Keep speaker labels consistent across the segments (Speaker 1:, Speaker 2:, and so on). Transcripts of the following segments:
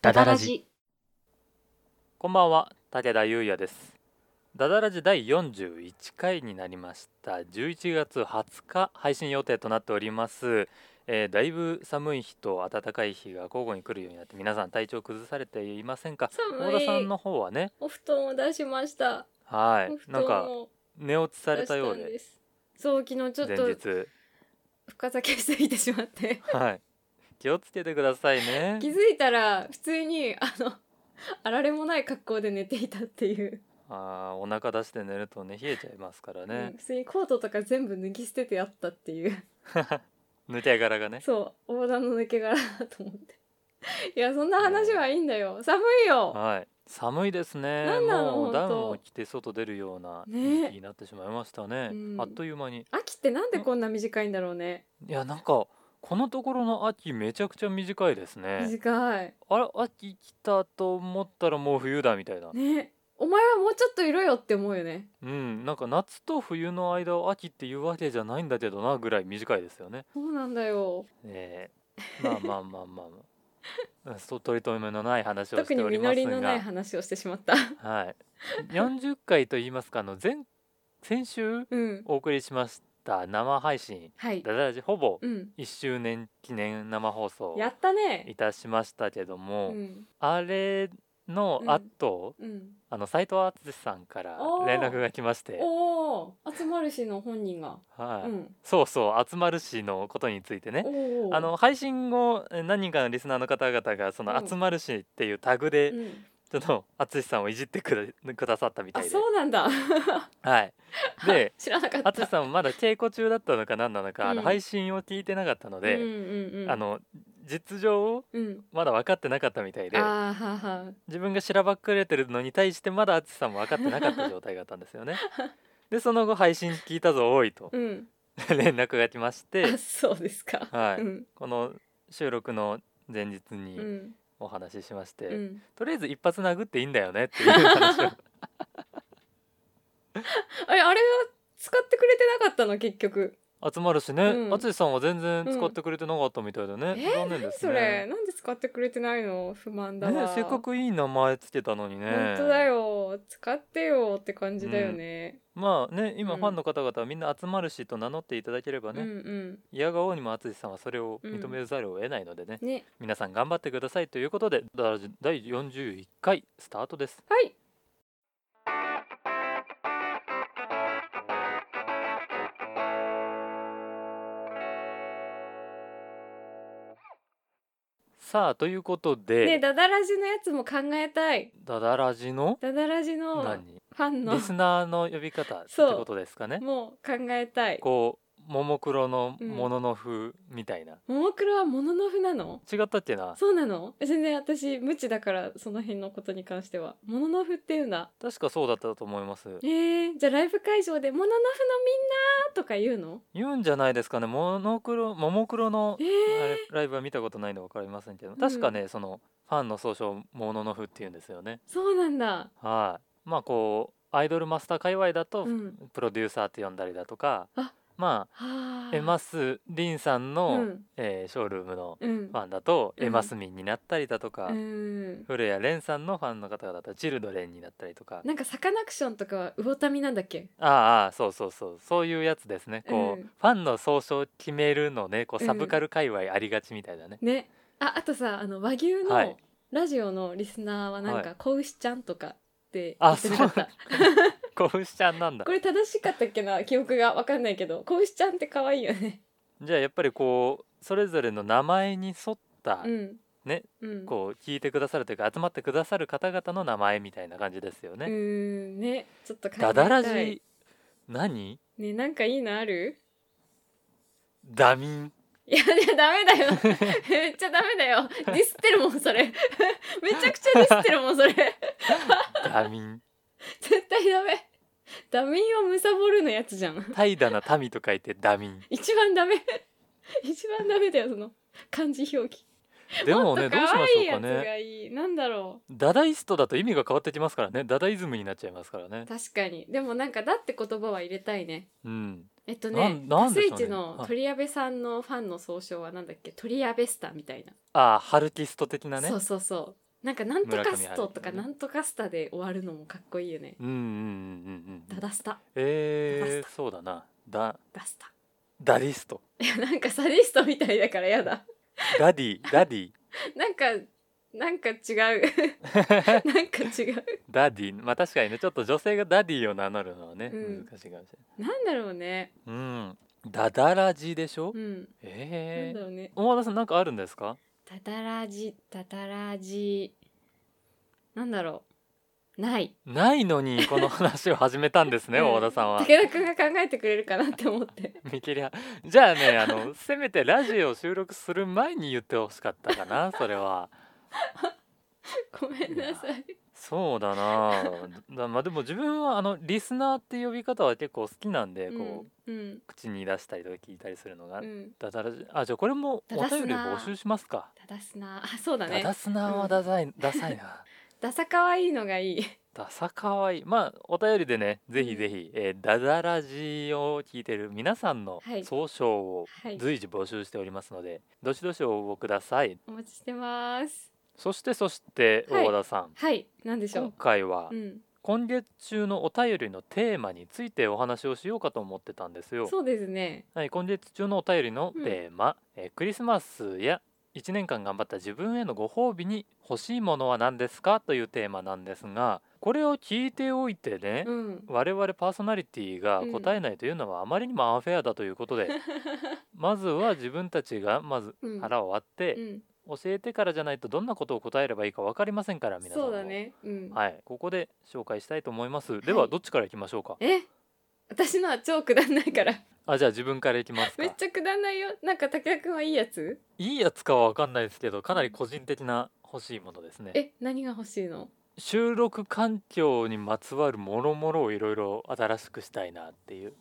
Speaker 1: ダダラジ
Speaker 2: こんばんは武田優也ですダダラジ第41回になりました11月20日配信予定となっております、えーだいぶ寒い日と暖かい日が交互に来るようになって皆さん体調崩されていませんか
Speaker 3: 寒い
Speaker 2: 大田さんの方はね
Speaker 3: お布団を出しました。
Speaker 2: は
Speaker 3: お布
Speaker 2: いなん
Speaker 3: 団
Speaker 2: か
Speaker 3: を
Speaker 2: 寝落ちさ
Speaker 3: 出
Speaker 2: れ
Speaker 3: した
Speaker 2: たようんで
Speaker 3: です。そう昨日ちょっ
Speaker 2: 前
Speaker 3: と
Speaker 2: 日
Speaker 3: 深酒しすぎてしまって
Speaker 2: はい気をつけてくださいね
Speaker 3: 気づいたら普通にあのあられもない格好で寝ていたっていう、
Speaker 2: あーお腹出して寝るとね冷えちゃいますから
Speaker 3: うん
Speaker 2: ね、
Speaker 3: 普通にコートとか全部脱ぎ捨ててあったっていう
Speaker 2: 抜け殻がね
Speaker 3: そう横断の抜け殻だと思って いやそんな話はいいんだよ寒いよ
Speaker 2: はい、寒いですね。
Speaker 3: なんなの
Speaker 2: もう
Speaker 3: 本当
Speaker 2: ダウンを着て外出るような
Speaker 3: ね
Speaker 2: 時期になってしまいましたね。
Speaker 3: うん
Speaker 2: あっという間に。
Speaker 3: 秋ってなんでこんな短いんだろうね
Speaker 2: いやなんかこのところの秋めちゃくちゃ短いですね。
Speaker 3: 短い
Speaker 2: あら秋来たと思ったらもう冬だみたいな。
Speaker 3: ねお前はもうちょっといろよって思うよね
Speaker 2: うん、なんか夏と冬の間を秋っていうわけじゃないんだけどなぐらい短いですよね。
Speaker 3: そうなんだよ
Speaker 2: ええまあまあまあまあまあ。 うんそう取り留めのない話をし
Speaker 3: 特
Speaker 2: て
Speaker 3: に
Speaker 2: おりま
Speaker 3: 実
Speaker 2: す
Speaker 3: りのない
Speaker 2: が、
Speaker 3: 話をしてしまった。
Speaker 2: はい。40回と言いますかあの前先週
Speaker 3: うん。
Speaker 2: お送りしました生配信
Speaker 3: はい。
Speaker 2: ダダラジほぼ
Speaker 3: うん。
Speaker 2: 1周年記念生放送
Speaker 3: やった
Speaker 2: い
Speaker 3: ね。
Speaker 2: たしましたけども、
Speaker 3: うん。
Speaker 2: あれの
Speaker 3: うん
Speaker 2: 後、
Speaker 3: うん。
Speaker 2: あの斉藤敦さんから
Speaker 3: おー
Speaker 2: 連絡が来まして、
Speaker 3: おお。集まるしの本人が。
Speaker 2: はい
Speaker 3: うん。
Speaker 2: そうそう集まるしのことについてね
Speaker 3: おお。
Speaker 2: あ。の配信後え何人かのリスナーの方々がその
Speaker 3: うん
Speaker 2: 集まるしっていうタグで
Speaker 3: うん。
Speaker 2: ちょっと敦さんをいじってくだくださったみた
Speaker 3: あ、
Speaker 2: いで
Speaker 3: そうなんだ。
Speaker 2: はいで
Speaker 3: 知らなかった。
Speaker 2: 淳さんもまだ稽古中だったのか何なのか、あの
Speaker 3: うん
Speaker 2: 配信を聞いてなかったので、
Speaker 3: うんうんうん。
Speaker 2: あ。の実情を
Speaker 3: うん。
Speaker 2: まだ分かってなかったみたいで
Speaker 3: ああはは。
Speaker 2: 自分がしらばっくれてるのに対してまだ淳さんも分かってなかった状態だったんですよ ね。でその後配信聞いたぞ多いと
Speaker 3: うん。
Speaker 2: 連絡が来まして
Speaker 3: あ、、そうですか。
Speaker 2: はい
Speaker 3: うん。
Speaker 2: この収録の前日
Speaker 3: う
Speaker 2: に
Speaker 3: ん。
Speaker 2: お話ししまして、
Speaker 3: うん。
Speaker 2: とりあえず一発殴っていいんだよねっていう話を
Speaker 3: あれ、あれは使ってくれてなかったの、結局。
Speaker 2: 集まるしね
Speaker 3: うん
Speaker 2: 淳、さんは全然使ってくれてなかったみたいだね、
Speaker 3: えー
Speaker 2: 残念です
Speaker 3: それ、
Speaker 2: ね。
Speaker 3: なんで使ってくれてないの、不満だ
Speaker 2: ね
Speaker 3: わ。
Speaker 2: せっか。くいい名前つけたのにね
Speaker 3: 本当だよ。使ってよって感じだよね。
Speaker 2: まあね今
Speaker 3: うん
Speaker 2: ファンの方々はみんな集まるしと名乗っていただければ
Speaker 3: うん。う
Speaker 2: ね、
Speaker 3: ん。
Speaker 2: いやがおうにも淳さんはそれを認めざるを得ないのでね、
Speaker 3: ね。
Speaker 2: 皆さん頑張ってくださいということでダダラジ第41回スタートです
Speaker 3: はい。
Speaker 2: さあということで、
Speaker 3: ねダダラジのやつも考えたい
Speaker 2: ダダラジの
Speaker 3: ダダラジのフ
Speaker 2: 何
Speaker 3: ァンの
Speaker 2: リスナーの呼び方って
Speaker 3: そう
Speaker 2: ことですかね
Speaker 3: もう考えたい
Speaker 2: こうももクロの
Speaker 3: うん
Speaker 2: ものの風みたいな、
Speaker 3: ももクロはモノノフなの
Speaker 2: 違ったっけな
Speaker 3: そうなのえ全然私無知だからその辺のことに関してはモノノフっていうんだ
Speaker 2: 確かそうだったと思います
Speaker 3: えー、じゃあライブ会場で「モノノフのみんな!」とか言うの
Speaker 2: 言うんじゃないですかねモノクロももクロの
Speaker 3: え
Speaker 2: あ
Speaker 3: ー、
Speaker 2: れライブは見たことないので分かりませんけど確かね、そのファンの総称「もののふ」っていうんですよね。
Speaker 3: そうなんだ
Speaker 2: はいまあこうアイドルマスター界隈だと、
Speaker 3: うん
Speaker 2: プロデューサーって呼んだりだとか
Speaker 3: あ
Speaker 2: ま
Speaker 3: は
Speaker 2: あ
Speaker 3: あ
Speaker 2: エマスリンさんの、
Speaker 3: うん
Speaker 2: えーショールームの
Speaker 3: うん
Speaker 2: ファンだと、
Speaker 3: うん
Speaker 2: エマスミンになったりだとか、
Speaker 3: うん
Speaker 2: 古谷蓮さんのファンの方々だったらチルドレンになったりとか、
Speaker 3: なんかサカナクションとかは魚民なんだっけ
Speaker 2: ああああそうそうそうそういうやつですねこう、
Speaker 3: うん
Speaker 2: ファンの総称を決めるのねこう
Speaker 3: うん
Speaker 2: サブカル界隈ありがちみたいだね。
Speaker 3: ねああとさあの和牛の、
Speaker 2: はい
Speaker 3: ラジオのリスナーはなん
Speaker 2: は
Speaker 3: か「子牛ちゃん」とかって言
Speaker 2: あ
Speaker 3: ってなかった、
Speaker 2: こうしちゃんなんだ
Speaker 3: これ正しかったっけな記憶がわかんないけど子牛ちゃんって可愛いよね
Speaker 2: じゃあやっぱりこうそれぞれの名前に沿った、
Speaker 3: うん
Speaker 2: ね
Speaker 3: うん
Speaker 2: こう聞いてくださるというか集まってくださる方々の名前みたいな感じですよ
Speaker 3: う
Speaker 2: ね。
Speaker 3: ーんねちょっと考えた
Speaker 2: ダ
Speaker 3: い
Speaker 2: ダラジ何
Speaker 3: ねなんかいいのある
Speaker 2: ダミン
Speaker 3: いやいやダメだよ めっちゃダメだよディスってるもんそれ めちゃくちゃディスってるもんそれ
Speaker 2: ダミン
Speaker 3: 絶対ダメダミンをむさぼるのやつじゃん
Speaker 2: 怠惰な民と書いてダミン
Speaker 3: 一番ダメ一番ダメだよその漢字表記
Speaker 2: でも
Speaker 3: も
Speaker 2: ね
Speaker 3: っ
Speaker 2: ど
Speaker 3: と
Speaker 2: うしま
Speaker 3: 可
Speaker 2: し
Speaker 3: 愛い
Speaker 2: ょう
Speaker 3: や
Speaker 2: か
Speaker 3: つ
Speaker 2: ね
Speaker 3: がいいなんだろ
Speaker 2: ダダイストだと意味が変わってきますからねダダイズムになっちゃいますからね
Speaker 3: う確かにでもなんか「だ」って言葉は入れたいね
Speaker 2: うん
Speaker 3: えっと
Speaker 2: な
Speaker 3: ね
Speaker 2: ん、な
Speaker 3: ダ
Speaker 2: ん
Speaker 3: ス
Speaker 2: でし
Speaker 3: イ
Speaker 2: ょうね
Speaker 3: チの鳥矢部さんのファンの総称はなんだっけ、鳥矢部スタみたいな。
Speaker 2: ああハルキスト的なね
Speaker 3: そうそうそう。なんかなんとかストとか
Speaker 2: 村上春樹ね
Speaker 3: なんとかスタで終わるのもかっこいいよね
Speaker 2: うんうんうんうんう
Speaker 3: ダ
Speaker 2: ん
Speaker 3: ダスタ
Speaker 2: えー、そうだなダ
Speaker 3: ダスタ
Speaker 2: ダリスト
Speaker 3: いやなんかサディストみたいだからやだ
Speaker 2: ダディダディ
Speaker 3: なんかなん か違うなんか違う
Speaker 2: ダディまあ確かにねちょっと女性がダディを名乗るのはね、
Speaker 3: うん
Speaker 2: 難しいかもしれ
Speaker 3: なんだろうね
Speaker 2: ないうんダダラジでしょ、
Speaker 3: うんなん
Speaker 2: え
Speaker 3: だ
Speaker 2: ー
Speaker 3: ろうね
Speaker 2: 大和田さんなんかあるんですか
Speaker 3: ダダラジダダラジなんだろうない
Speaker 2: ないのにこの話を始めたんですね
Speaker 3: うん
Speaker 2: 大和田さんは
Speaker 3: 武田くんが考えてくれるかなって思って
Speaker 2: 見切りはじゃあねあのせめてラジオを収録する前に言ってほしかったかなそれは
Speaker 3: ごめんなさい
Speaker 2: そうだなだまあでも自分はあのリスナーって呼び方は結構好きなんで、こう
Speaker 3: うんうん
Speaker 2: 口に出したりとか聞いたりするのが、
Speaker 3: うん
Speaker 2: だだらじあじゃあこれもお
Speaker 3: だだ
Speaker 2: 便
Speaker 3: す
Speaker 2: り
Speaker 3: な
Speaker 2: 募集しますか
Speaker 3: ダダスなあそうだ
Speaker 2: だ
Speaker 3: ね
Speaker 2: だすなはダサい、 ダサいな
Speaker 3: ダサかわいいのがいい
Speaker 2: ダサかわいいまあお便りでねぜひぜひ、えー、ダダラジを聞いてる皆さんの
Speaker 3: はい
Speaker 2: 総称を
Speaker 3: はい
Speaker 2: 随時募集しておりますので、どしどし応募ください
Speaker 3: お待ちしてます
Speaker 2: そしてそして
Speaker 3: はい
Speaker 2: 大和田さん、
Speaker 3: はいなんでしょ
Speaker 2: 今
Speaker 3: う
Speaker 2: 回は
Speaker 3: うん
Speaker 2: 今月中のお便りのテーマについてお話をしようかと思ってたんですよ。
Speaker 3: そうですね
Speaker 2: はい、今月中のお便りの
Speaker 3: うん
Speaker 2: テーマ、えークリスマスや1年間頑張った自分へのご褒美に欲しいものは何ですかというテーマなんですがこれを聞いておいてね、
Speaker 3: うん
Speaker 2: 我々パーソナリティが答えないというのはあまりにもアンフェアだという ことで、まずは自分たちがまず
Speaker 3: うん
Speaker 2: 腹を割って
Speaker 3: うん
Speaker 2: 教えてからじゃないとどんなことを答えればいいか分かりませんから皆さんも
Speaker 3: そうだねうん
Speaker 2: はい、ここで紹介したいと思います。ではどっちからいきましょうか。
Speaker 3: え私のは超くだんないから
Speaker 2: あ、じゃあ自分からいきますか
Speaker 3: めっ。ちゃくだんないよなんか武田くんはいいやつ
Speaker 2: いいやつかはわかんないですけど、かなり個人的な欲しいものですね。
Speaker 3: え何が欲しいの
Speaker 2: 収録環境にまつわるもろもろをいろいろ新しくしたいなっていう。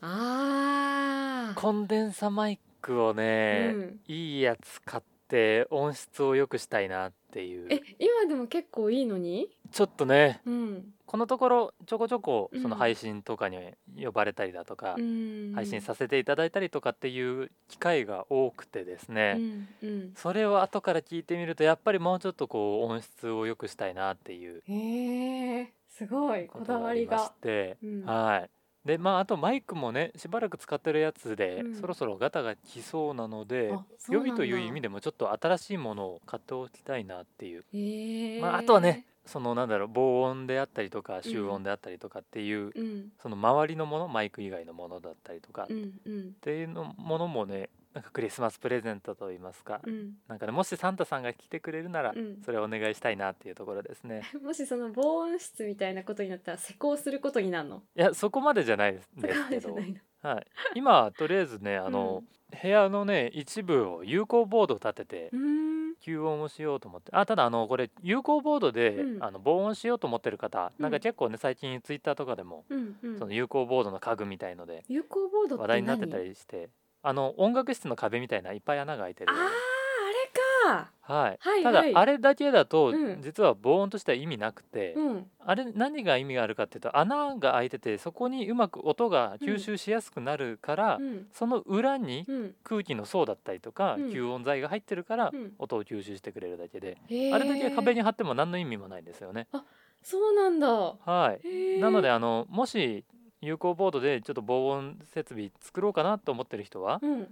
Speaker 3: あー
Speaker 2: コンデンサマイクをね、
Speaker 3: うん
Speaker 2: いいやつ買って音質を良くしたいなっていう。
Speaker 3: え今でも結構いいのに
Speaker 2: ちょっとね、
Speaker 3: うん
Speaker 2: このところちょこちょこ
Speaker 3: うん
Speaker 2: その配信とかに呼ばれたりだとか、
Speaker 3: うん
Speaker 2: 配信させていただいたりとかっていう機会が多くてですね。
Speaker 3: うんうん
Speaker 2: それを後から聞いてみるとやっぱりもうちょっとこう音質を良くしたいなっていう
Speaker 3: へえすごいこ
Speaker 2: こと
Speaker 3: だ
Speaker 2: が
Speaker 3: わ
Speaker 2: あ
Speaker 3: り
Speaker 2: りまし
Speaker 3: が
Speaker 2: て、
Speaker 3: うん
Speaker 2: はいでまああとマイクもねしばらく使ってるやつで、
Speaker 3: うん
Speaker 2: そろそろガタが来そうなので
Speaker 3: あそう
Speaker 2: 予
Speaker 3: なんだ
Speaker 2: 備という意味でもちょっと新しいものを買っておきたいなっていう、
Speaker 3: へえ
Speaker 2: まあ、あとはねそのなんだろう防音であったりとか集音であったりとかっていう、
Speaker 3: うん
Speaker 2: その周りのものマイク以外のものだったりとか、
Speaker 3: う
Speaker 2: っ
Speaker 3: んうん
Speaker 2: ていうのものもねなんかクリスマスプレゼントといいますか、
Speaker 3: うん
Speaker 2: なんかねもしサンタさんが来てくれるなら、
Speaker 3: うん
Speaker 2: それをお願いしたいなっていうところですね。
Speaker 3: もしその防音室みたいなことになったら施工することになるの
Speaker 2: いやそこまでじゃないです
Speaker 3: そこま
Speaker 2: け
Speaker 3: でじゃ
Speaker 2: ど
Speaker 3: な、いの
Speaker 2: はい、今とりあえずねあの、部屋のね一部を有効ボードを立てて
Speaker 3: うんうーん
Speaker 2: 吸音をしようと思ってあただあのこれ有効ボードで、
Speaker 3: うん
Speaker 2: あの防音しようと思ってる方、
Speaker 3: うん
Speaker 2: なんか結構ね最近ツイッターとかでも、
Speaker 3: うんうん
Speaker 2: その有効ボードの家具みたいので
Speaker 3: 有効ボードって何
Speaker 2: 話題になってたりしてあの音楽室の壁みたいないっぱい穴が開いて
Speaker 3: あ
Speaker 2: る
Speaker 3: ーあれか
Speaker 2: はい、
Speaker 3: はい
Speaker 2: た
Speaker 3: はい
Speaker 2: だあれだけだと、
Speaker 3: うん
Speaker 2: 実は防音としては意味なくて、
Speaker 3: うん
Speaker 2: あれ何が意味があるかっていうと穴が開いててそこにうまく音が吸収しやすくなるから、
Speaker 3: うん
Speaker 2: その裏に
Speaker 3: うん
Speaker 2: 空気の層だったりとか、
Speaker 3: うん
Speaker 2: 吸音材が入ってるから
Speaker 3: うん
Speaker 2: 音を吸収してくれるだけで、
Speaker 3: へー
Speaker 2: あれだけ壁に貼っても何の意味もないんですよね。
Speaker 3: そうなんだ
Speaker 2: はい、
Speaker 3: へー
Speaker 2: なのであのもし有効ボードでちょっと防音設備作ろうかなと思ってる人は、
Speaker 3: うん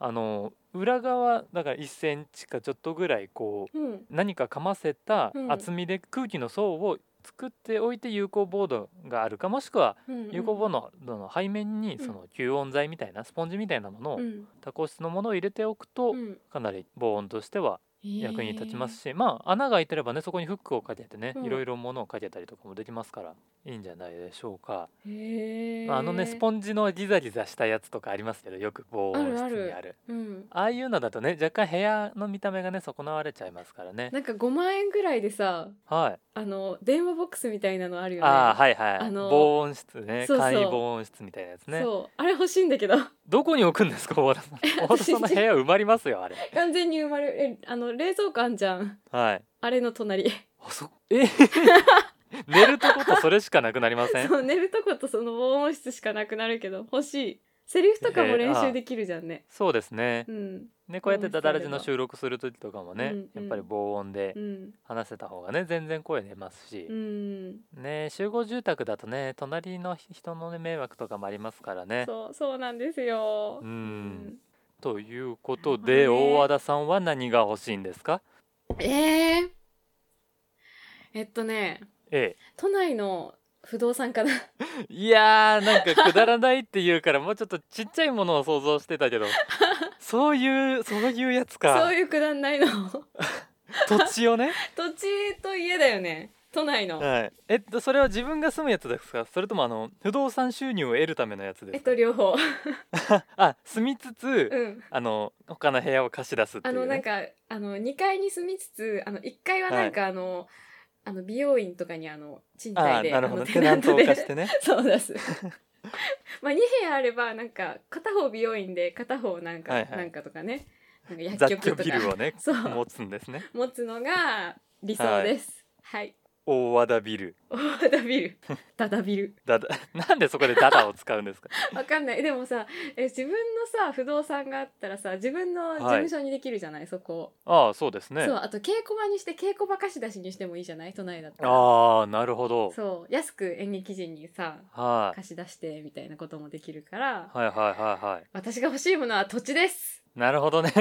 Speaker 2: あの裏側だから1センチかちょっとぐらいこう
Speaker 3: うん
Speaker 2: 何かかませた
Speaker 3: うん
Speaker 2: 厚みで空気の層を作っておいて有効ボードがあるかもしくは
Speaker 3: うん
Speaker 2: 有効ボードのの背面に
Speaker 3: うん
Speaker 2: その吸音材みたいなスポンジみたいなものを
Speaker 3: うん
Speaker 2: 多孔質のものを入れておくと
Speaker 3: うん
Speaker 2: かなり防音としては役に立ちますしまあ穴が開いてればねそこにフックをかけてね
Speaker 3: うん
Speaker 2: いろいろ物をかけたりとかもできますからいいんじゃないでしょうか
Speaker 3: へー
Speaker 2: まああのねスポンジのギザギザしたやつとかありますけどよく防音室
Speaker 3: あるあ
Speaker 2: に
Speaker 3: る
Speaker 2: ある
Speaker 3: うん
Speaker 2: ああいうのだとね若干部屋の見た目がね損なわれちゃいますからね
Speaker 3: なんか5万円ぐらいでさ
Speaker 2: はい
Speaker 3: あの電話ボックスみたいなのあるよね
Speaker 2: ああはいはい、
Speaker 3: あの
Speaker 2: 防音室ね
Speaker 3: そうそう
Speaker 2: 簡易防音室みたいなやつね
Speaker 3: そうあれ欲しいんだけど
Speaker 2: どこに置くんですか大田さん大田さんの部屋埋まりますよあれ
Speaker 3: 完全に生まれるえあの冷蔵庫あんじゃん
Speaker 2: はい
Speaker 3: あれの隣
Speaker 2: あそ え 寝るとことそれしかなくなりません
Speaker 3: そう寝るとことその防音室しかなくなるけど欲しいセリフとかも練習できるじゃんね、
Speaker 2: そうですね
Speaker 3: うん
Speaker 2: ねこうやって
Speaker 3: こうして
Speaker 2: ダダラジの収録する時とかもね、
Speaker 3: うんう
Speaker 2: や
Speaker 3: ん
Speaker 2: っぱり防音で
Speaker 3: うん
Speaker 2: 話せた方がね全然声出ますし
Speaker 3: う、ん
Speaker 2: ね集合住宅だとね隣の人の、ね、迷惑とかもありますからね。
Speaker 3: そうそうなんですよ
Speaker 2: う
Speaker 3: うんん
Speaker 2: ということで、
Speaker 3: なるほどね
Speaker 2: 大和田さんは何が欲しいんですか
Speaker 3: えー、えっとね
Speaker 2: A
Speaker 3: 都内の不動産かな
Speaker 2: いやーなんかくだらないって言うからもうちょっとちっちゃいものを想像してたけ どそういうそういうやつか
Speaker 3: そういうくだんないの
Speaker 2: 土地をね、
Speaker 3: 土地と家だよね都内の
Speaker 2: はい、えっとそれは自分が住むやつですかそれともあの不動産収入を得るためのやつで
Speaker 3: えっ
Speaker 2: すか、
Speaker 3: と 両方
Speaker 2: あ住みつつ、
Speaker 3: うん
Speaker 2: あの他の部屋を貸し出すってい
Speaker 3: あ
Speaker 2: う、ね、
Speaker 3: のなんかあの2階に住みつつあの1階はなんか、あのあの美容院とかにあの賃
Speaker 2: あ
Speaker 3: 貸
Speaker 2: ー
Speaker 3: で
Speaker 2: な
Speaker 3: あ
Speaker 2: るほど
Speaker 3: の
Speaker 2: テナントを貸してね
Speaker 3: そうですまあ2部屋あればなんか片方美容院で片方なんか、
Speaker 2: はいはい
Speaker 3: なんかとかねなんか
Speaker 2: 雑
Speaker 3: 薬
Speaker 2: 居
Speaker 3: 局と
Speaker 2: ビ
Speaker 3: か
Speaker 2: ルをね
Speaker 3: そう
Speaker 2: 持つんですね
Speaker 3: 持つのが理想ですはい、
Speaker 2: 大和田ビル
Speaker 3: 大ダ ビルダダビル
Speaker 2: だだ なんでそこでダダを使うんですか
Speaker 3: わかんないでもさえ自分のさ不動産があったらさ自分の事務所にできるじゃない、そこ、
Speaker 2: ああそうですね
Speaker 3: そうあと稽古場にして稽古場貸し出しにしてもいいじゃない都内だったら
Speaker 2: ああなるほど
Speaker 3: そう安く演劇人にさ
Speaker 2: はい
Speaker 3: 貸し出してみたいなこともできるから
Speaker 2: はいはいはいは
Speaker 3: 私が欲しいものは土地 です
Speaker 2: いなるほど ね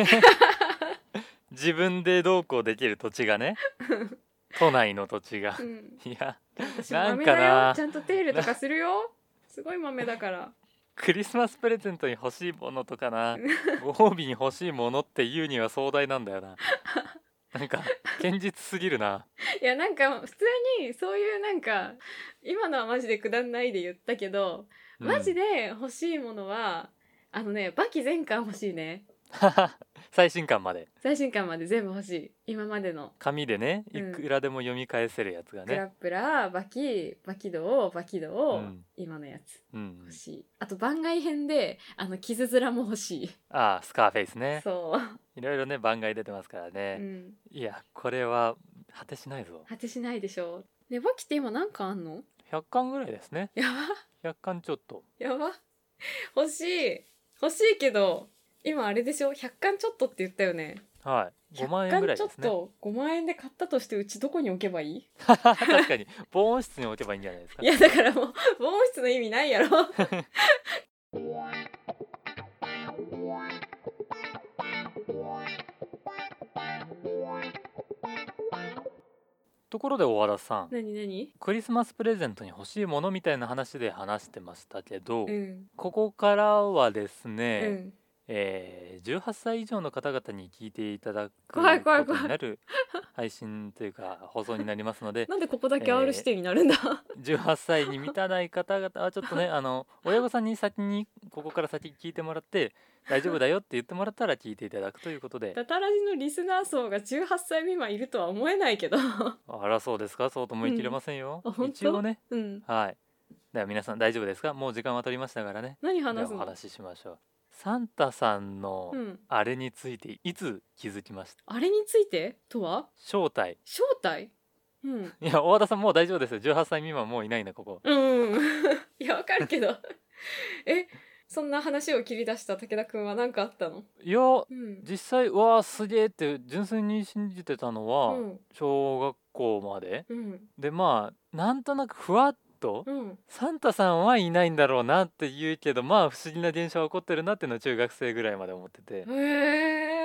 Speaker 2: 自分でどうこうできる土地が ね都内の土地が
Speaker 3: うん
Speaker 2: いや
Speaker 3: 私
Speaker 2: な
Speaker 3: も
Speaker 2: ん
Speaker 3: 豆
Speaker 2: かな
Speaker 3: だよちゃんと手入れとかするよすごい豆だから
Speaker 2: クリスマスプレゼントに欲しいものとか なご褒美に欲しいものっていうには壮大なんだよななんか堅実すぎるない
Speaker 3: やなんか普通にそういうなんか今のはマジでくだんないで言ったけど、
Speaker 2: うん
Speaker 3: マジで欲しいものはあのねバキ全巻欲しいね
Speaker 2: 最新刊まで
Speaker 3: 最新刊まで全部欲しい今までの
Speaker 2: 紙でねい
Speaker 3: うん
Speaker 2: くらでも読み返せるやつが
Speaker 3: グラ
Speaker 2: ね、
Speaker 3: ップラーバキバキドーバキドー、
Speaker 2: うん
Speaker 3: 今のやつ
Speaker 2: うん
Speaker 3: 欲、しいあと番外編であの傷面も欲しい
Speaker 2: ああスカーフェイスね
Speaker 3: そう、
Speaker 2: いろいろね番外出てますから
Speaker 3: う
Speaker 2: ね、
Speaker 3: ん、
Speaker 2: いやこれは果てしないぞ
Speaker 3: 果てしないでしょねバキって今何巻あんの
Speaker 2: 100巻ぐらいですね
Speaker 3: やば
Speaker 2: 100巻ちょっと
Speaker 3: やば欲しい欲しいけど今あれでしょ100巻ちょっとって言ったよね
Speaker 2: はい5万円ぐらいですね
Speaker 3: ちょっと5万円で買ったとしてうちどこに置けばいい
Speaker 2: 確かに防音室に置けばいいんじゃないですか
Speaker 3: いやだからもう防音室の意味ないやろ
Speaker 2: ところで大和田さん
Speaker 3: 何何
Speaker 2: クリスマスプレゼントに欲しいものみたいな話で話してましたけど、
Speaker 3: うん、
Speaker 2: ここからはですね、
Speaker 3: うん
Speaker 2: えー18歳以上の方々に聞いていただくこ
Speaker 3: 怖い怖い
Speaker 2: と
Speaker 3: 怖い
Speaker 2: になる配信というか放送になりますので
Speaker 3: なんでここだけ R 指定になるんだ、
Speaker 2: 18歳に満たない方々はちょっとねあの親御さんに先にここから先聞いてもらって大丈夫だよって言ってもらったら聞いていただくということで
Speaker 3: ダタラジのリスナー層が18歳未満いるとは思えないけど
Speaker 2: あらそうですかそうとも言い切れませんよ、
Speaker 3: うんあ本当
Speaker 2: 一応ね
Speaker 3: うん
Speaker 2: はいでは皆さん大丈夫ですかもう時間は取りましたからね
Speaker 3: 何
Speaker 2: では
Speaker 3: 話す
Speaker 2: お
Speaker 3: の
Speaker 2: 話ししましょうサンタさんの
Speaker 3: うん、
Speaker 2: あれについていつ気づきました
Speaker 3: あれについてとは
Speaker 2: 正体
Speaker 3: 正体うん
Speaker 2: いや大和田さんもう大丈夫ですよ18歳未満もういないなここ
Speaker 3: うん。 いや、わかるけど。 え、そんな話を切り出した武田くんは何かあったの
Speaker 2: いや
Speaker 3: うん。
Speaker 2: 実際うわーすげえって純粋に信じてたの
Speaker 3: う
Speaker 2: は、
Speaker 3: ん。
Speaker 2: 小学校まで
Speaker 3: うん。
Speaker 2: でまあなんとなくふわっと、
Speaker 3: うん。
Speaker 2: サンタさんはいないんだろうなって言うけどまあ不思議な現象は起こってるなっていうのは中学生ぐらいまで思ってて
Speaker 3: へ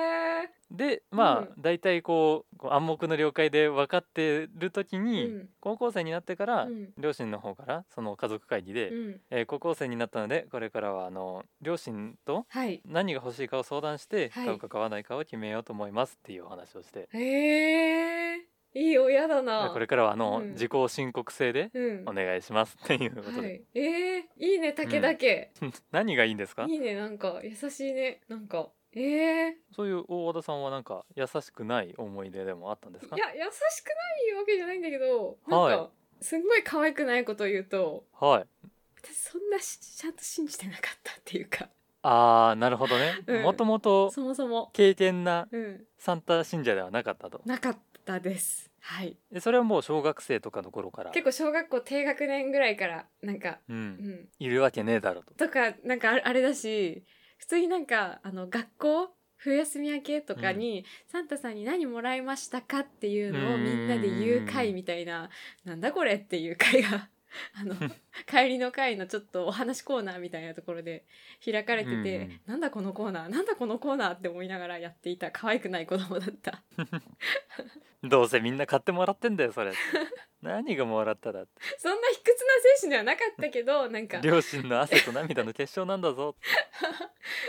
Speaker 3: え。
Speaker 2: でまあ、
Speaker 3: う
Speaker 2: 大体こうこう暗黙の了解で分かってる時
Speaker 3: う
Speaker 2: に、
Speaker 3: ん。
Speaker 2: 高校生になってから、
Speaker 3: うん。
Speaker 2: 両親の方からその家族会議で、
Speaker 3: うん。
Speaker 2: えー高校生になったのでこれからはあの両親と
Speaker 3: はい。
Speaker 2: 何が欲しいかを相談して、
Speaker 3: はい
Speaker 2: 買うか買わないかを決めようと思いますっていうお話をして
Speaker 3: へえ。いい親だな。
Speaker 2: これからはあの、
Speaker 3: うん
Speaker 2: 自己申告制で
Speaker 3: うん。
Speaker 2: お
Speaker 3: は
Speaker 2: 願いしますっていうことで、
Speaker 3: い。ええ。いいね、武田家。
Speaker 2: 何がいいんですか
Speaker 3: いいね、なんか、優しいね。なんか。ええ。
Speaker 2: そういう大和田さんはなんか優しくない思い出でもあったんですか
Speaker 3: いや、優しくないわけじゃないんだけど、なん
Speaker 2: はい
Speaker 3: か、すんごい可愛くないことを言うと、
Speaker 2: はい
Speaker 3: 私そんなしちゃんと信じてなかったっていうか
Speaker 2: あーなるほどね
Speaker 3: うん
Speaker 2: もともと
Speaker 3: そもそも
Speaker 2: 経験な
Speaker 3: うん
Speaker 2: サンタ信者ではなかったと
Speaker 3: なかったですはい
Speaker 2: でそれはもう小学生とかの頃から
Speaker 3: 結構小学校低学年ぐらいからなんか、
Speaker 2: う、
Speaker 3: うんん、
Speaker 2: いるわけねえだろと
Speaker 3: とかなんかああれだし普通になんかあの学校冬休み明けとかに、サンタさんに何もらいましたかっていうのをみんなで言う会みたいな、なんだこれっていう会が あの帰りの会のちょっとお話コーナーみたいなところで開かれてて、
Speaker 2: うん
Speaker 3: なんだこのコーナーなんだこのコーナーって思いながらやっていた可愛くない子供だった
Speaker 2: どうせみんな買ってもらってんだよそ れ何がもらったらって
Speaker 3: そんな卑屈な精神ではなかったけどなんか
Speaker 2: 両親の汗と涙の結晶なんだ ぞ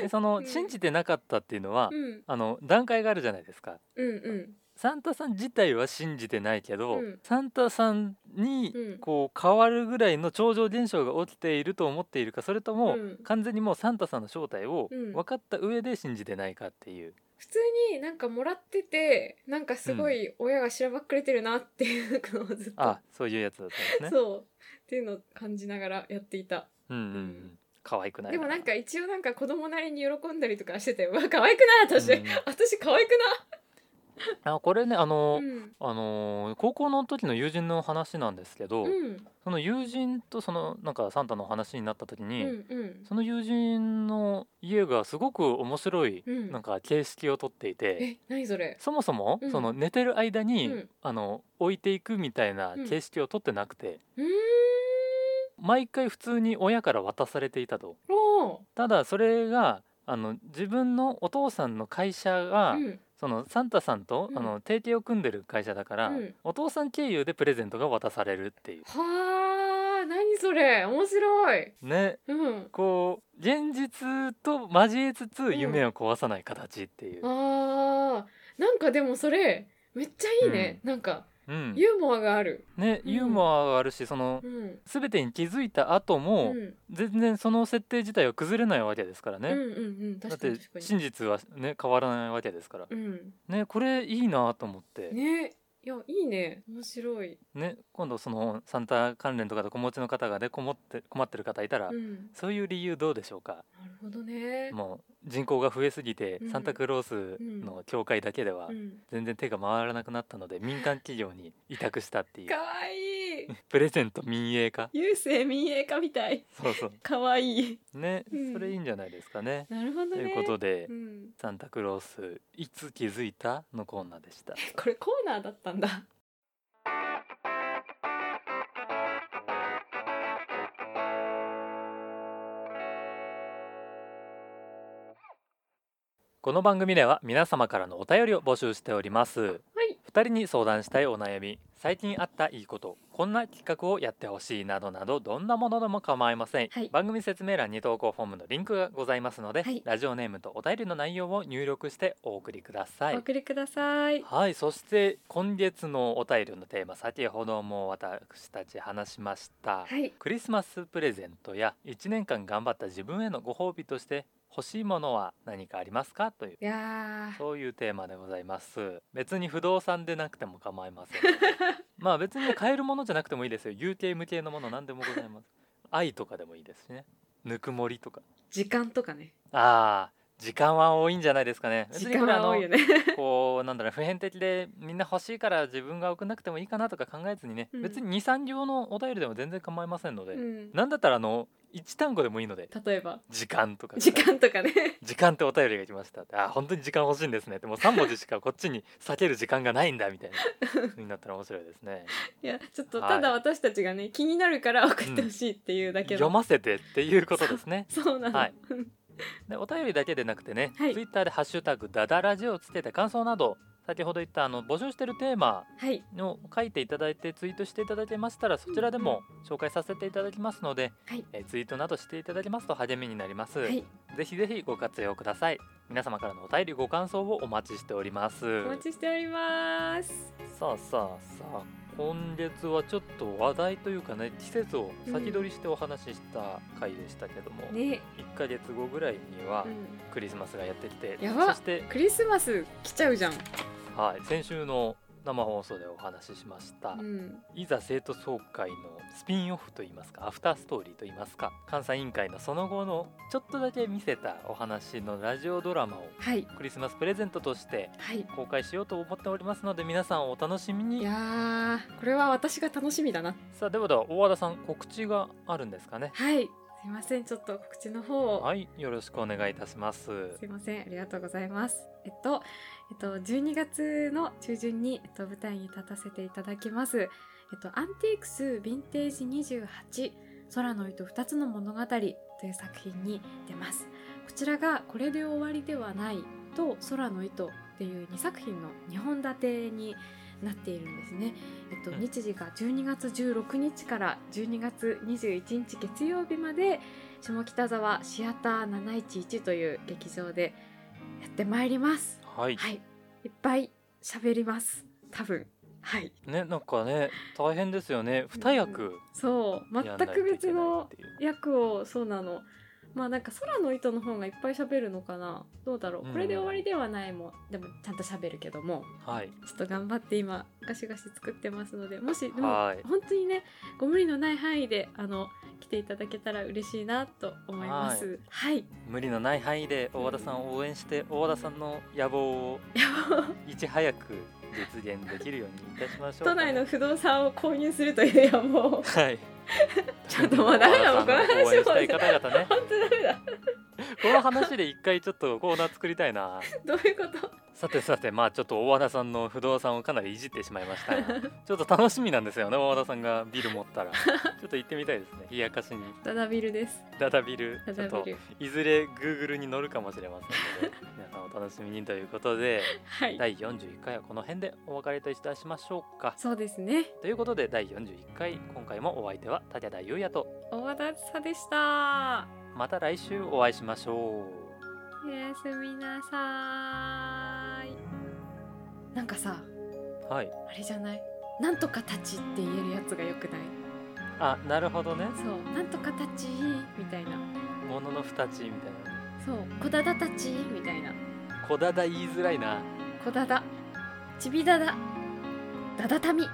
Speaker 2: でその
Speaker 3: うん
Speaker 2: 信じてなかったっていうのは、
Speaker 3: うん
Speaker 2: あの段階があるじゃないですか
Speaker 3: うんうん
Speaker 2: サンタさん自体は信じてないけど、
Speaker 3: うん
Speaker 2: サンタさんに
Speaker 3: うん
Speaker 2: こう変わるぐらいの超常現象が起きていると思っているかそれとも、
Speaker 3: うん
Speaker 2: 完全にもうサンタさんの正体を
Speaker 3: うん
Speaker 2: 分かった上で信じてないかっていう、
Speaker 3: 普通になんかもらっててなんかすごい親がしらばっくれてるなっていうのをずっと、
Speaker 2: あそういうやつだったんですね。
Speaker 3: そうっていうのを感じながらやっていた
Speaker 2: うんうんう
Speaker 3: うん
Speaker 2: ん可愛くない
Speaker 3: でもなんか一応なんか子供なりに喜んだりとかしててうわ可愛くない私、
Speaker 2: うん
Speaker 3: 私可愛く
Speaker 2: あこれねあ
Speaker 3: な
Speaker 2: の
Speaker 3: い、うん
Speaker 2: あのー高校の時の友人の話なんですけど、
Speaker 3: うん
Speaker 2: その友人とそのなんかサンタの話になった時
Speaker 3: う
Speaker 2: に、
Speaker 3: んうん
Speaker 2: その友人の家がすごく面白い、
Speaker 3: うん
Speaker 2: なんか形式をとっていて
Speaker 3: え何それ
Speaker 2: そもそも、
Speaker 3: うん
Speaker 2: その寝てる間に、
Speaker 3: うん
Speaker 2: あの置いていくみたいな
Speaker 3: うん
Speaker 2: 形式をとってなくて、
Speaker 3: うーん
Speaker 2: 毎回普通に親から渡されていたと。
Speaker 3: お
Speaker 2: ただそれがあの自分のお父さんの会社が、
Speaker 3: ーうん
Speaker 2: そのサンタさんと、
Speaker 3: うん
Speaker 2: あの提携を組んでる会社だから、
Speaker 3: うん
Speaker 2: お父さん経由でプレゼントが渡されるっていう
Speaker 3: はあ何それ面白い
Speaker 2: ね
Speaker 3: うん
Speaker 2: こう現実と交えつつ
Speaker 3: ん
Speaker 2: 夢を壊さない形っていう、
Speaker 3: あーなんかでもそれめっちゃいいね、なんか
Speaker 2: うん
Speaker 3: ユーモアがある
Speaker 2: ね
Speaker 3: うん
Speaker 2: ユーモアがあるしその
Speaker 3: うん
Speaker 2: 全てに気づいた後
Speaker 3: う
Speaker 2: も、
Speaker 3: ん
Speaker 2: 全然その設定自体は崩れないわけですからね、
Speaker 3: うんうんうん
Speaker 2: だっ
Speaker 3: 確か
Speaker 2: て
Speaker 3: に確かに
Speaker 2: 真実はね変わらないわけですから
Speaker 3: うん
Speaker 2: ねこれいいなと思ってね
Speaker 3: ねいやいいね面白い
Speaker 2: 今度そのサンタ関連とかで子持ちの方がねこもって困ってる方いたら、
Speaker 3: うん
Speaker 2: そういう理由どうでしょうか
Speaker 3: なるほどね
Speaker 2: もう人口が増えすぎて
Speaker 3: うん
Speaker 2: サンタクロースの教会だけでは
Speaker 3: うん
Speaker 2: 全然手が回らなくなったの で民間企業に委託したっていう
Speaker 3: かわいい
Speaker 2: プレゼント民営化
Speaker 3: 郵政民営化みたい
Speaker 2: そうそう
Speaker 3: かわいい
Speaker 2: ね
Speaker 3: うん
Speaker 2: それいいんじゃないですかね。
Speaker 3: なるほど
Speaker 2: と
Speaker 3: ね
Speaker 2: いうことで
Speaker 3: うん、
Speaker 2: サンタクロースいつ気づいたのコーナーでした。
Speaker 3: これコーナーだったんだ
Speaker 2: この番組では皆様からのお便りを募集しております。
Speaker 3: はい
Speaker 2: 2人に相談したいお悩み最近あったいいことこんな企画をやってほしいなどなどどんなものでも構いません、
Speaker 3: はい
Speaker 2: 番組説明欄に投稿フォームのリンクがございますので、
Speaker 3: はい
Speaker 2: ラジオネームとお便りの内容を入力してお送りくださ
Speaker 3: お
Speaker 2: い
Speaker 3: 送りください
Speaker 2: はいそして今月のお便りのテーマ先ほども私たち話しました、
Speaker 3: はい
Speaker 2: クリスマスプレゼントや1年間頑張った自分へのご褒美として欲しいものは何かありますかという
Speaker 3: い やー
Speaker 2: そういうテーマでございます。別に不動産でなくても構いま せん。まあ別に買えるものじゃなくてもいいですよ。有形無形のもの何でもございます。愛とかでもいいですしね。ぬくもりとか。
Speaker 3: 時間とかね
Speaker 2: ああ、時間は多いんじゃないですかね。別
Speaker 3: 時
Speaker 2: にこ
Speaker 3: 間
Speaker 2: れ
Speaker 3: は多いよね
Speaker 2: あのこうなんだろう普遍的でみんな欲しいから自分が送らなくてもいいかなとか考えずにね。
Speaker 3: うん
Speaker 2: 別に2、3行のお便りでも全然構いませんので。
Speaker 3: うん
Speaker 2: なんだったらあの1単語でもいいので。
Speaker 3: 例えば
Speaker 2: 時間とか
Speaker 3: 時間とかね
Speaker 2: 時間ってお便りが来ましたってあ本当に時間欲しいんですねってもう3文字しかこっちに避ける時間がないんだみ たいな風になったら面白いですね
Speaker 3: いやちょっと
Speaker 2: はい
Speaker 3: ただ私たちがね、気になるから送ってほしいっていうだけの、
Speaker 2: 読ませてっていうことです ね
Speaker 3: そうなの、
Speaker 2: はいでお便りだけでなくてね、
Speaker 3: はい
Speaker 2: ツイッターで「ハッシュタグダダラジ」をつけて感想など先ほど言ったあの募集してるテーマ
Speaker 3: はい
Speaker 2: を書いていただいてツイートしていただけましたらそちらでも紹介させていただきますので、
Speaker 3: はい
Speaker 2: えーツイートなどしていただけますと励みになります、
Speaker 3: はい
Speaker 2: ぜひぜひご活用ください皆様からのお便りご感想をお待ちしております
Speaker 3: お待ちしております
Speaker 2: さあさあさあ今月はちょっと話題というかね季節を先取りしてお話しした回でしたけども、
Speaker 3: ね
Speaker 2: 1ヶ月後ぐらいには
Speaker 3: うん
Speaker 2: クリスマスがやってきて、
Speaker 3: やば
Speaker 2: そして、
Speaker 3: クリスマス来ちゃうじゃん
Speaker 2: はい、先週の生放送でお話ししました、
Speaker 3: うん
Speaker 2: いざ生徒総会のスピンオフといいますかアフターストーリーといいますか監査委員会のその後のちょっとだけ見せたお話のラジオドラマを
Speaker 3: はい
Speaker 2: クリスマスプレゼントとして
Speaker 3: はい
Speaker 2: 公開しようと思っておりますので皆さんお楽しみ
Speaker 3: い
Speaker 2: に
Speaker 3: やーこれは私が楽しみだな
Speaker 2: さあではでは大和田さん告知があるんですかね
Speaker 3: はいすいませんちょっと告知の方を
Speaker 2: はいよろしくお願いいたします
Speaker 3: すいません、ありがとうございます。えっと、えっと、12月の中旬に、えっと、舞台に立たせていただきます。えっと、アンティークスヴィンテージ28空の糸2つの物語という作品に出ます。こちらがこれで終わりではないと空の糸っていう2作品の2本立てになっているんですね。えっと、
Speaker 2: うん
Speaker 3: 日時が12月16日から12月21日月曜日まで下北沢シアター711という劇場でやってまいります。
Speaker 2: はい
Speaker 3: はい、いっぱい喋ります。多分。はい、
Speaker 2: ねなんかね大変ですよね二役
Speaker 3: そう、
Speaker 2: やん
Speaker 3: 全
Speaker 2: ないといけ
Speaker 3: く
Speaker 2: ないってい
Speaker 3: 別
Speaker 2: う
Speaker 3: の役をそうなの。まあなんか空の糸の方がいっぱい喋るのかな。どうだろ
Speaker 2: うん
Speaker 3: う。これで終わりではないもん。でもちゃんと喋るけども、
Speaker 2: はい
Speaker 3: ちょっと頑張って今ガシガシ作ってますので、もしでも
Speaker 2: はい
Speaker 3: 本当にねご無理のない範囲であの来ていただけたら嬉しいなと思います。はい、
Speaker 2: 無理のない範囲で大和田さんを応援して大和田さんの野望をいち早く実現できるようにいたしましょう
Speaker 3: 都内の不動産を購入するという野望
Speaker 2: はい
Speaker 3: ちょっともうダメだもうこの話 も
Speaker 2: 応援したい方々ね
Speaker 3: 本当ダメだ
Speaker 2: この話で一回ちょっとコーナー作りたいな
Speaker 3: どういうこと
Speaker 2: さてさてまあちょっと大和田さんの不動産をかなりいじってしまいましたがちょっと楽しみなんですよね大和田さんがビル持ったらちょっと行ってみたいですね冷やかしに
Speaker 3: ダダビルです
Speaker 2: ダダビル
Speaker 3: ダ
Speaker 2: ちょ
Speaker 3: ダ
Speaker 2: っと
Speaker 3: ビル
Speaker 2: いずれ Google に乗るかもしれませんので皆さんお楽しみにということで
Speaker 3: はい、
Speaker 2: 第41回はこの辺でお別れといたしましょうか
Speaker 3: そうですね
Speaker 2: ということで第41回今回もお相手は武田優也と
Speaker 3: お待たせでした
Speaker 2: また来週お会いしましょう
Speaker 3: おやすみなさーいなんかさ
Speaker 2: はい
Speaker 3: あれじゃないなんとかたちって言えるやつがよくない
Speaker 2: あなるほどね
Speaker 3: そうなんとかたちみたいな
Speaker 2: ものの二つみたいな
Speaker 3: そう小だだたちみたいな
Speaker 2: 小だだ言いづらいな
Speaker 3: 小だだちびだだだだたみ